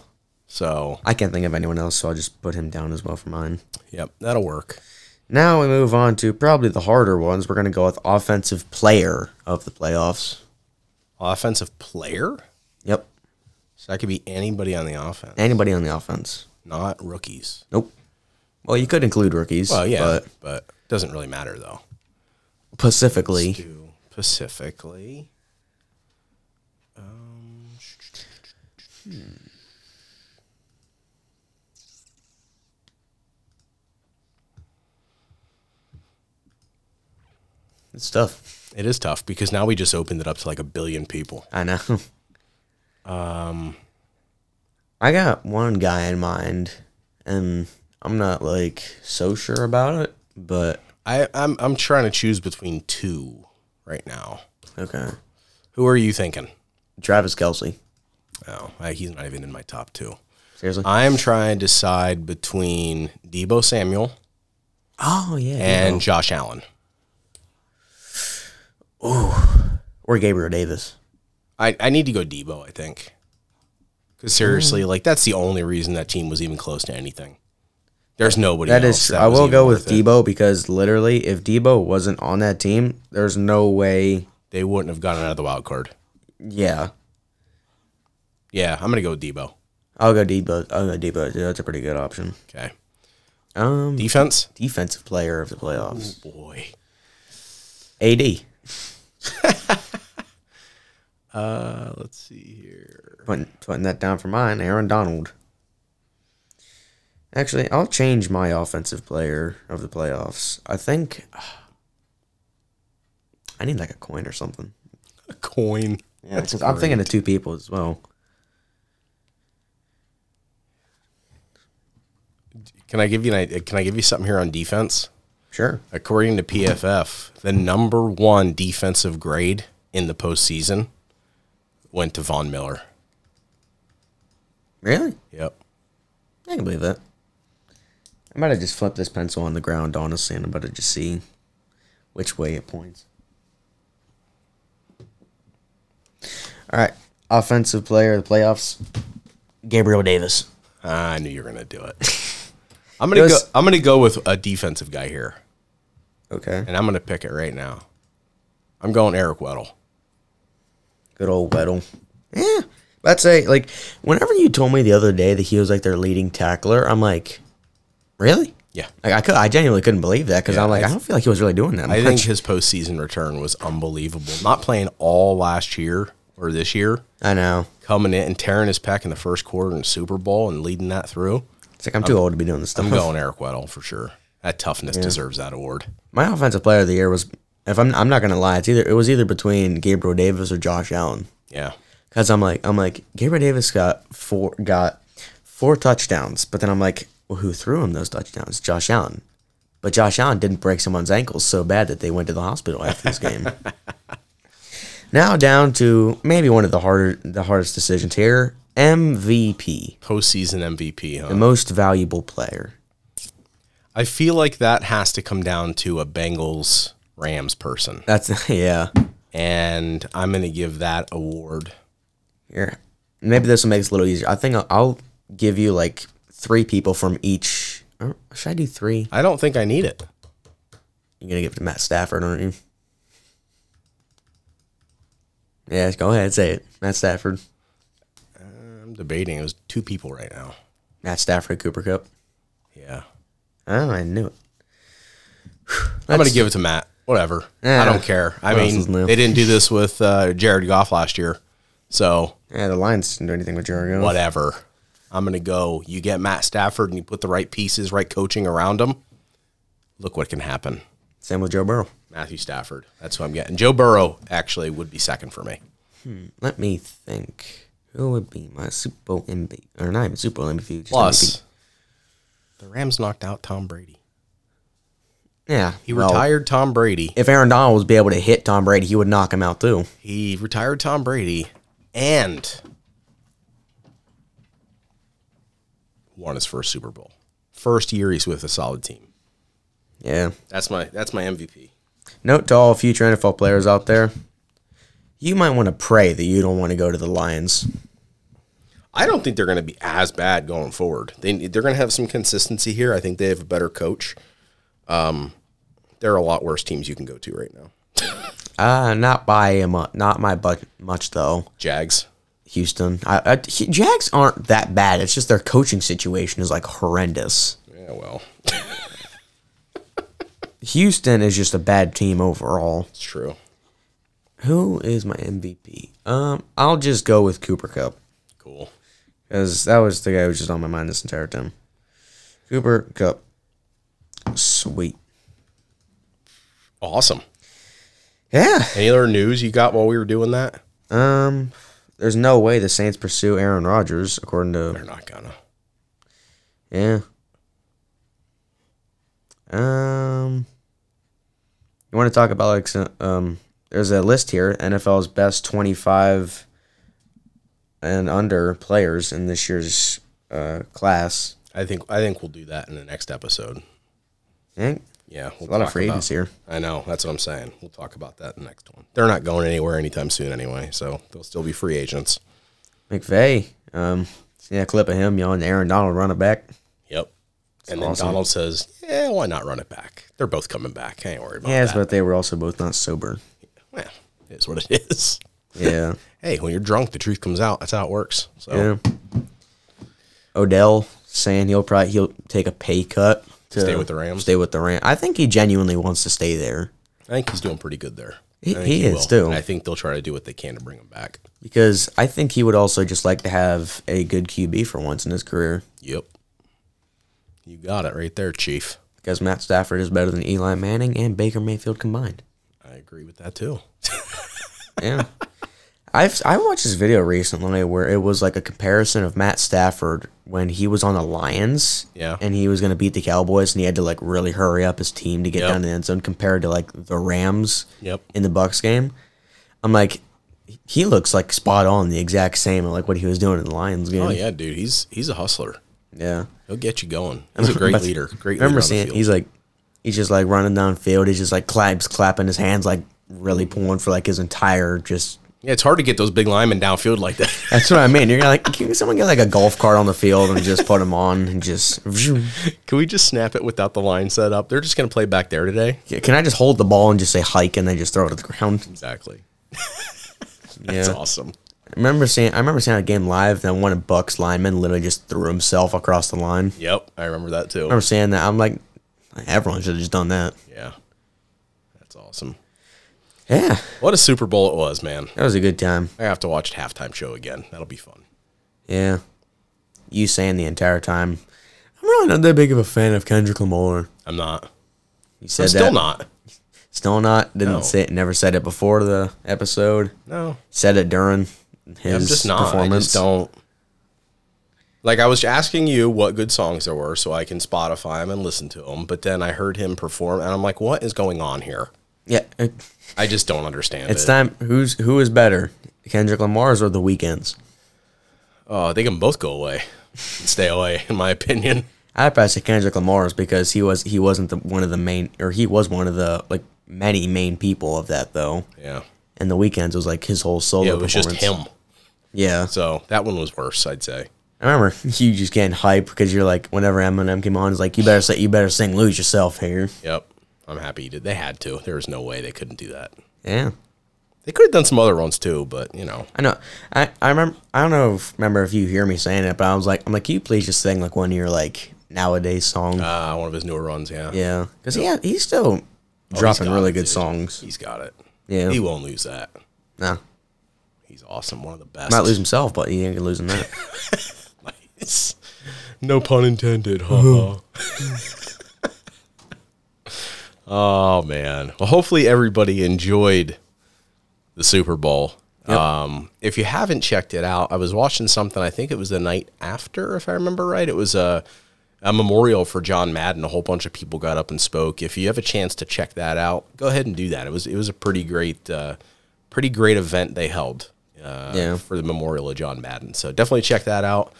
Speaker 1: So,
Speaker 2: I can't think of anyone else, so I'll just put him down as well for mine.
Speaker 1: yep, that'll work.
Speaker 2: Now we move on to probably the harder ones. We're gonna go with offensive player of the playoffs.
Speaker 1: Offensive player?
Speaker 2: Yep.
Speaker 1: So that could be anybody on the offense,
Speaker 2: Anybody on the offense?
Speaker 1: not rookies.
Speaker 2: Nope. Well, you could include rookies.
Speaker 1: Well, yeah,
Speaker 2: But
Speaker 1: but, doesn't really matter though.
Speaker 2: specifically,
Speaker 1: Do specifically. Um,
Speaker 2: it's tough.
Speaker 1: it is tough because now we just opened it up to like a billion people.
Speaker 2: I know. [laughs] Um,
Speaker 1: Um,
Speaker 2: I got one guy in mind, and I'm not like so sure about it, but
Speaker 1: I, I'm I'm trying to choose between two right now.
Speaker 2: okay.
Speaker 1: Who are you thinking?
Speaker 2: Travis Kelsey.
Speaker 1: Oh, I, he's not even in my top two.
Speaker 2: Seriously?
Speaker 1: I am trying to decide between Debo Samuel
Speaker 2: oh yeah.
Speaker 1: and Josh Allen.
Speaker 2: or Gabriel Davis.
Speaker 1: I, I need to go Debo, I think. Because seriously,
Speaker 2: Mm.
Speaker 1: like that's the only reason that team was even close to anything. There's nobody.
Speaker 2: That
Speaker 1: else
Speaker 2: is true. I
Speaker 1: was
Speaker 2: will
Speaker 1: even
Speaker 2: go with
Speaker 1: worth it.
Speaker 2: Debo because literally, if Debo wasn't on that team, there's no way.
Speaker 1: They wouldn't have gotten out of the wild card.
Speaker 2: Yeah,
Speaker 1: Yeah, I'm gonna go with Debo.
Speaker 2: I'll go Debo. I'll go Debo. too. That's a pretty good option.
Speaker 1: Okay,
Speaker 2: Um,
Speaker 1: defense.
Speaker 2: defensive player of the playoffs.
Speaker 1: Boy,
Speaker 2: AD.
Speaker 1: uh, let's see here.
Speaker 2: Putting, putting that down for mine, Aaron Donald. Actually, I'll change my offensive player of the playoffs. I think [sighs] I need like a coin or something.
Speaker 1: A [laughs] coin.
Speaker 2: Yeah, because I'm thinking of two people as well.
Speaker 1: Can I give you an, idea- can I give you something here on defense?
Speaker 2: Sure.
Speaker 1: According to PFF, the number one defensive grade in the postseason went to Von Miller.
Speaker 2: Really?
Speaker 1: Yep.
Speaker 2: I can believe that. I might have just flipped this pencil on the ground, honestly, and I'm about to just see which way it points. All right. Offensive player of the playoffs, Gabriel Davis.
Speaker 1: I knew you were gonna do it. I'm gonna
Speaker 2: was-
Speaker 1: go. I'm gonna go with a defensive guy here,
Speaker 2: Okay.
Speaker 1: and I'm gonna pick it right now. I'm going Eric Weddle.
Speaker 2: Good old Weddle. Yeah. I'd say, like, whenever you told me the other day that he was, like, their leading tackler, I'm like, really?
Speaker 1: Yeah,
Speaker 2: Like, I, could, I genuinely couldn't believe that because
Speaker 1: Yeah,
Speaker 2: I'm like,
Speaker 1: I
Speaker 2: I, don't feel like he was really doing that.
Speaker 1: I
Speaker 2: much.
Speaker 1: think his postseason return was unbelievable. Not playing all last year or this year,
Speaker 2: I know.
Speaker 1: coming in and tearing his pack in the first quarter in the Super Bowl and leading that through.
Speaker 2: It's like I'm too old to be doing this stuff. [laughs]
Speaker 1: I'm going Eric Weddle for sure. That toughness deserves that award.
Speaker 2: My offensive player of the year was if I'm I'm not gonna lie, it's either it was either between Gabriel Davis or Josh Allen.
Speaker 1: Yeah,
Speaker 2: Cause I'm like I'm like Gabriel Davis got four got four touchdowns, but then I'm like, well, who threw him those touchdowns? Josh Allen. But Josh Allen didn't break someone's ankles so bad that they went to the hospital after this game. now down to maybe one of the harder the hardest decisions here. MVP,
Speaker 1: postseason MVP. Huh?
Speaker 2: most valuable player.
Speaker 1: I feel like that has to come down to a Bengals Rams person,
Speaker 2: That's [laughs] yeah.
Speaker 1: and I'm gonna give that award.
Speaker 2: Here, maybe this will make it a little easier. I think I'll, I'll give you like three people from each. or Should I do three?
Speaker 1: I don't think I need it.
Speaker 2: You're gonna give it to Matt Stafford, aren't you? Yeah, go ahead, say it. Matt Stafford,
Speaker 1: I'm debating. It was two people right now.
Speaker 2: Matt Stafford, Cooper Cup.
Speaker 1: Yeah.
Speaker 2: Oh, I knew it.
Speaker 1: I'm going to give it to Matt. Whatever.
Speaker 2: Yeah.
Speaker 1: I don't care. I
Speaker 2: What else is
Speaker 1: mean,
Speaker 2: new?
Speaker 1: they didn't do this with uh, Jared Goff last year. So,
Speaker 2: Yeah, the Lions didn't do anything with Jared Goff.
Speaker 1: whatever. I'm going to go. You get Matt Stafford and you put the right pieces, right coaching around him. Look what can happen.
Speaker 2: Same with Joe Burrow.
Speaker 1: Matthew Stafford. That's who I'm getting. Joe Burrow actually would be second for me.
Speaker 2: Let me think. Who would be my Super Bowl MVP? Or not even Super Bowl MVP. Just MVP.
Speaker 1: Plus, the Rams knocked out Tom Brady.
Speaker 2: Yeah.
Speaker 1: He retired Tom Brady.
Speaker 2: If Aaron Donald was be able to hit Tom Brady, he would knock him out too.
Speaker 1: He retired Tom Brady and won his first Super Bowl. First year he's with a solid team.
Speaker 2: Yeah.
Speaker 1: That's my that's my MVP.
Speaker 2: Note to all future NFL players out there: you might want to pray that you don't want to go to the Lions.
Speaker 1: I don't think they're going to be as bad going forward. They they're going to have some consistency here. I think they have a better coach. Um, there are a lot worse teams you can go to right now.
Speaker 2: Uh, not by a mu- not my but much though.
Speaker 1: Jags.
Speaker 2: Houston, I, I, H- Jags aren't that bad. It's just their coaching situation is like horrendous.
Speaker 1: Yeah, well,
Speaker 2: Houston is just a bad team overall.
Speaker 1: it's true.
Speaker 2: Who is my MVP? Um, I'll just go with Cooper Cup
Speaker 1: Cool.
Speaker 2: because that was the guy who was just on my mind this entire time. Cooper Cup, sweet.
Speaker 1: Awesome.
Speaker 2: Yeah,
Speaker 1: Any other news you got while we were doing that?
Speaker 2: Um, there's no way the Saints pursue Aaron Rodgers, according to
Speaker 1: They're not gonna.
Speaker 2: yeah. Um, you want to talk about like some, um? There's a list here: NFL's best 25 and under players in this year's uh class.
Speaker 1: I think I think we'll do that in the next episode.
Speaker 2: Eh,
Speaker 1: Yeah, we'll
Speaker 2: a lot of
Speaker 1: talk
Speaker 2: free
Speaker 1: about-
Speaker 2: agents here.
Speaker 1: I know. That's what I'm saying. We'll talk about that in the next one. They're not going anywhere anytime soon anyway, so they'll still be free agents.
Speaker 2: McVay. Um, see that clip of him yelling to Aaron Donald, run it back.
Speaker 1: Yep. and then
Speaker 2: awesome.
Speaker 1: Donald says, "Yeah, why not run it back? They're both coming back. I ain't worried about
Speaker 2: Yes,
Speaker 1: that."
Speaker 2: but they were also both
Speaker 1: [laughs]
Speaker 2: not sober.
Speaker 1: Well, it is what it is. [laughs]
Speaker 2: Yeah.
Speaker 1: Hey, when you're drunk, the truth comes out. That's how it works. So
Speaker 2: Yeah. Odell saying he'll probably he'll take a pay cut to
Speaker 1: Stay with the Rams?
Speaker 2: Stay with the Rams. I think he genuinely wants to stay there
Speaker 1: I think he's doing pretty good there.
Speaker 2: He-
Speaker 1: I think
Speaker 2: he is,
Speaker 1: will.
Speaker 2: too.
Speaker 1: And I think they'll try to do what they can to bring him back.
Speaker 2: because I think he would also just like to have a good QB for once in his career
Speaker 1: Yep. You got it right there, Chief.
Speaker 2: because Matt Stafford is better than Eli Manning and Baker Mayfield combined.
Speaker 1: I agree with that too.
Speaker 2: Yeah. I've I watched this video recently where it was like a comparison of Matt Stafford when he was on the Lions,
Speaker 1: Yeah.
Speaker 2: and he was going to beat the Cowboys, and he had to like really hurry up his team to get
Speaker 1: Yep.
Speaker 2: down to the end zone, compared to like the Rams,
Speaker 1: Yep.
Speaker 2: in the Bucks game. I'm like, he looks like spot on the exact same like what he was doing in the Lions game.
Speaker 1: Oh yeah, dude. He's he's a hustler.
Speaker 2: yeah.
Speaker 1: He'll get you [laughs] going. He's a great
Speaker 2: But-
Speaker 1: leader. Great
Speaker 2: I
Speaker 1: leader
Speaker 2: remember
Speaker 1: on the
Speaker 2: seeing
Speaker 1: field.
Speaker 2: he's like he's just like running downfield. He's just like claps clapping his hands like really pulling for like his entire just.
Speaker 1: yeah, it's hard to get those big linemen downfield like that.
Speaker 2: That's what I mean. You're gonna like can someone get like a golf cart on the field and just put him on and just.
Speaker 1: [laughs]
Speaker 2: [laughs]
Speaker 1: Can we just snap it without the line set up? They're just gonna play back there today.
Speaker 2: Can I just hold the ball and just say hike and then just throw it to the ground?
Speaker 1: Exactly.
Speaker 2: Yeah.
Speaker 1: That's awesome.
Speaker 2: I remember seeing I remember seeing a game live that one of Bucks linemen literally just threw himself across the line. I
Speaker 1: Yep, I remember that too.
Speaker 2: remember seeing that. I'm like, everyone should have just done that.
Speaker 1: Yeah, that's awesome.
Speaker 2: Yeah,
Speaker 1: What a Super Bowl it was, man.
Speaker 2: that was a good time.
Speaker 1: I have to watch the halftime show again. That'll be fun.
Speaker 2: Yeah. You saying the entire time, I'm really not that big of a fan of Kendrick Lamar.
Speaker 1: I'm not.
Speaker 2: You
Speaker 1: I'm
Speaker 2: said
Speaker 1: still
Speaker 2: that.
Speaker 1: not.
Speaker 2: Still not. Didn't
Speaker 1: No.
Speaker 2: say it. Never said it before the episode.
Speaker 1: No,
Speaker 2: Said it during his
Speaker 1: I'm just not. I
Speaker 2: performance.
Speaker 1: just don't. Like I was asking you what good songs there were, so I can Spotify them and listen to them. But then I heard him perform, and I'm like, "What is going on here?"
Speaker 2: Yeah, it-
Speaker 1: I just don't understand
Speaker 2: it's
Speaker 1: it.
Speaker 2: time. Who's who is better, Kendrick Lamar's or The Weekends?
Speaker 1: oh, they can both go away, stay away, in my opinion.
Speaker 2: I probably say Kendrick Lamar's because he was he wasn't the, one of the main or he was one of the like many main people of that though.
Speaker 1: Yeah,
Speaker 2: And The Weekends was like his whole solo.
Speaker 1: yeah, it was just
Speaker 2: performance.
Speaker 1: him.
Speaker 2: Yeah.
Speaker 1: So that one was worse, I'd say.
Speaker 2: I remember [laughs] you just getting hype because you're like, whenever Eminem came on, it's like you better say, you better sing "Lose Yourself" here.
Speaker 1: Yep, I'm happy he did. They had to. There was no way they couldn't do that.
Speaker 2: Yeah,
Speaker 1: They could have done some other ones too, but you know,
Speaker 2: I know. I I remember. I don't know. If, remember if you hear me saying it, but I was like, I'm like, can you please just sing like one of your like nowadays songs?
Speaker 1: uh, one of his newer runs. Yeah,
Speaker 2: yeah, because yeah, he's still dropping
Speaker 1: got
Speaker 2: really
Speaker 1: it,
Speaker 2: good
Speaker 1: Oh, dude.
Speaker 2: songs.
Speaker 1: he's got it.
Speaker 2: Yeah.
Speaker 1: he won't lose that.
Speaker 2: Nah,
Speaker 1: He's awesome. One of the best.
Speaker 2: might lose himself, but he ain't losing
Speaker 1: [laughs]
Speaker 2: that.
Speaker 1: Nice. No pun intended. huh? [laughs] oh man. Well, hopefully everybody enjoyed the Super Bowl. Um, if you haven't checked it out, I was watching something. I think it was the night after, if I remember right. It was a a memorial for John Madden. A whole bunch of people got up and spoke. If you have a chance to check that out, go ahead and do that. It was it was a pretty great uh, pretty great event they held. Uh,
Speaker 2: Yeah.
Speaker 1: for the memorial of John Madden. So definitely check that out.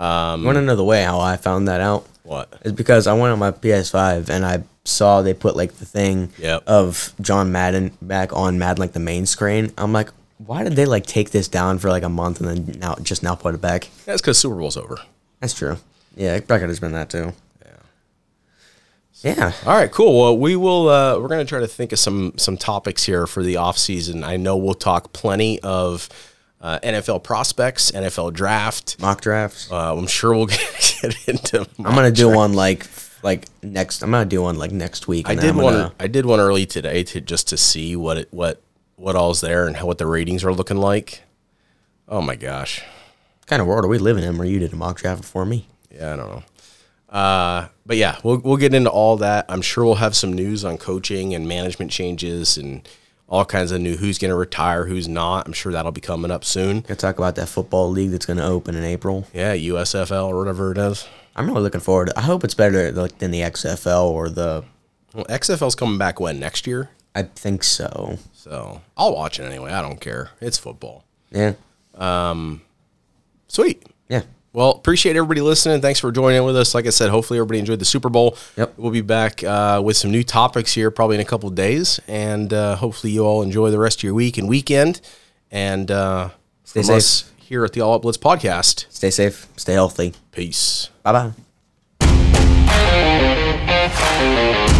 Speaker 2: you want to know the way how I found that out?
Speaker 1: What?
Speaker 2: It's because I went on my PS5 and I saw they put like the thing
Speaker 1: Yep.
Speaker 2: of John Madden back on Madden like the main screen. I'm like, why did they like take this down for like a month and then now just now put it back?
Speaker 1: That's because Super Bowl's over.
Speaker 2: That's true. Yeah, it probably could have been that too. Yeah. Yeah.
Speaker 1: All right, cool. Well, we will. Uh, we're going to try to think of some some topics here for the off season. I know we'll talk plenty of uh, NFL prospects, NFL draft.
Speaker 2: Mock drafts.
Speaker 1: Uh, I'm sure we'll [laughs] get, get into.
Speaker 2: I'm gonna do one like like next. I'm gonna do one like next week.
Speaker 1: I
Speaker 2: and
Speaker 1: did
Speaker 2: then I'm
Speaker 1: one.
Speaker 2: gonna-
Speaker 1: I did one early today to just to see what it what what all's there and how, what the ratings are looking like. Oh my gosh.
Speaker 2: What kind of world are we living in where you did a mock draft before me?
Speaker 1: Yeah, I don't know. Uh, but yeah, we'll we'll get into all that. I'm sure we'll have some news on coaching and management changes and all kinds of new who's going to retire, who's not. I'm sure that'll be coming up soon.
Speaker 2: Gonna talk about that football league that's gonna open in April.
Speaker 1: Yeah, USFL or whatever it is.
Speaker 2: I'm really looking forward. to I hope it's better like than the XFL or the.
Speaker 1: Well, XFL's coming back when next year,
Speaker 2: I think so.
Speaker 1: so I'll watch it anyway. I don't care. It's football.
Speaker 2: Yeah.
Speaker 1: Sweet.
Speaker 2: Yeah.
Speaker 1: Well, appreciate everybody listening. Thanks for joining in with us. Like I said, hopefully everybody enjoyed the Super Bowl.
Speaker 2: Yep.
Speaker 1: We'll be back uh, with some new topics here probably in a couple of days, and uh, hopefully you all enjoy the rest of your week and weekend. And uh,
Speaker 2: Stay
Speaker 1: from
Speaker 2: safe.
Speaker 1: us here at the All Up Blitz podcast.
Speaker 2: Stay safe. Stay healthy.
Speaker 1: Peace.
Speaker 2: Bye bye.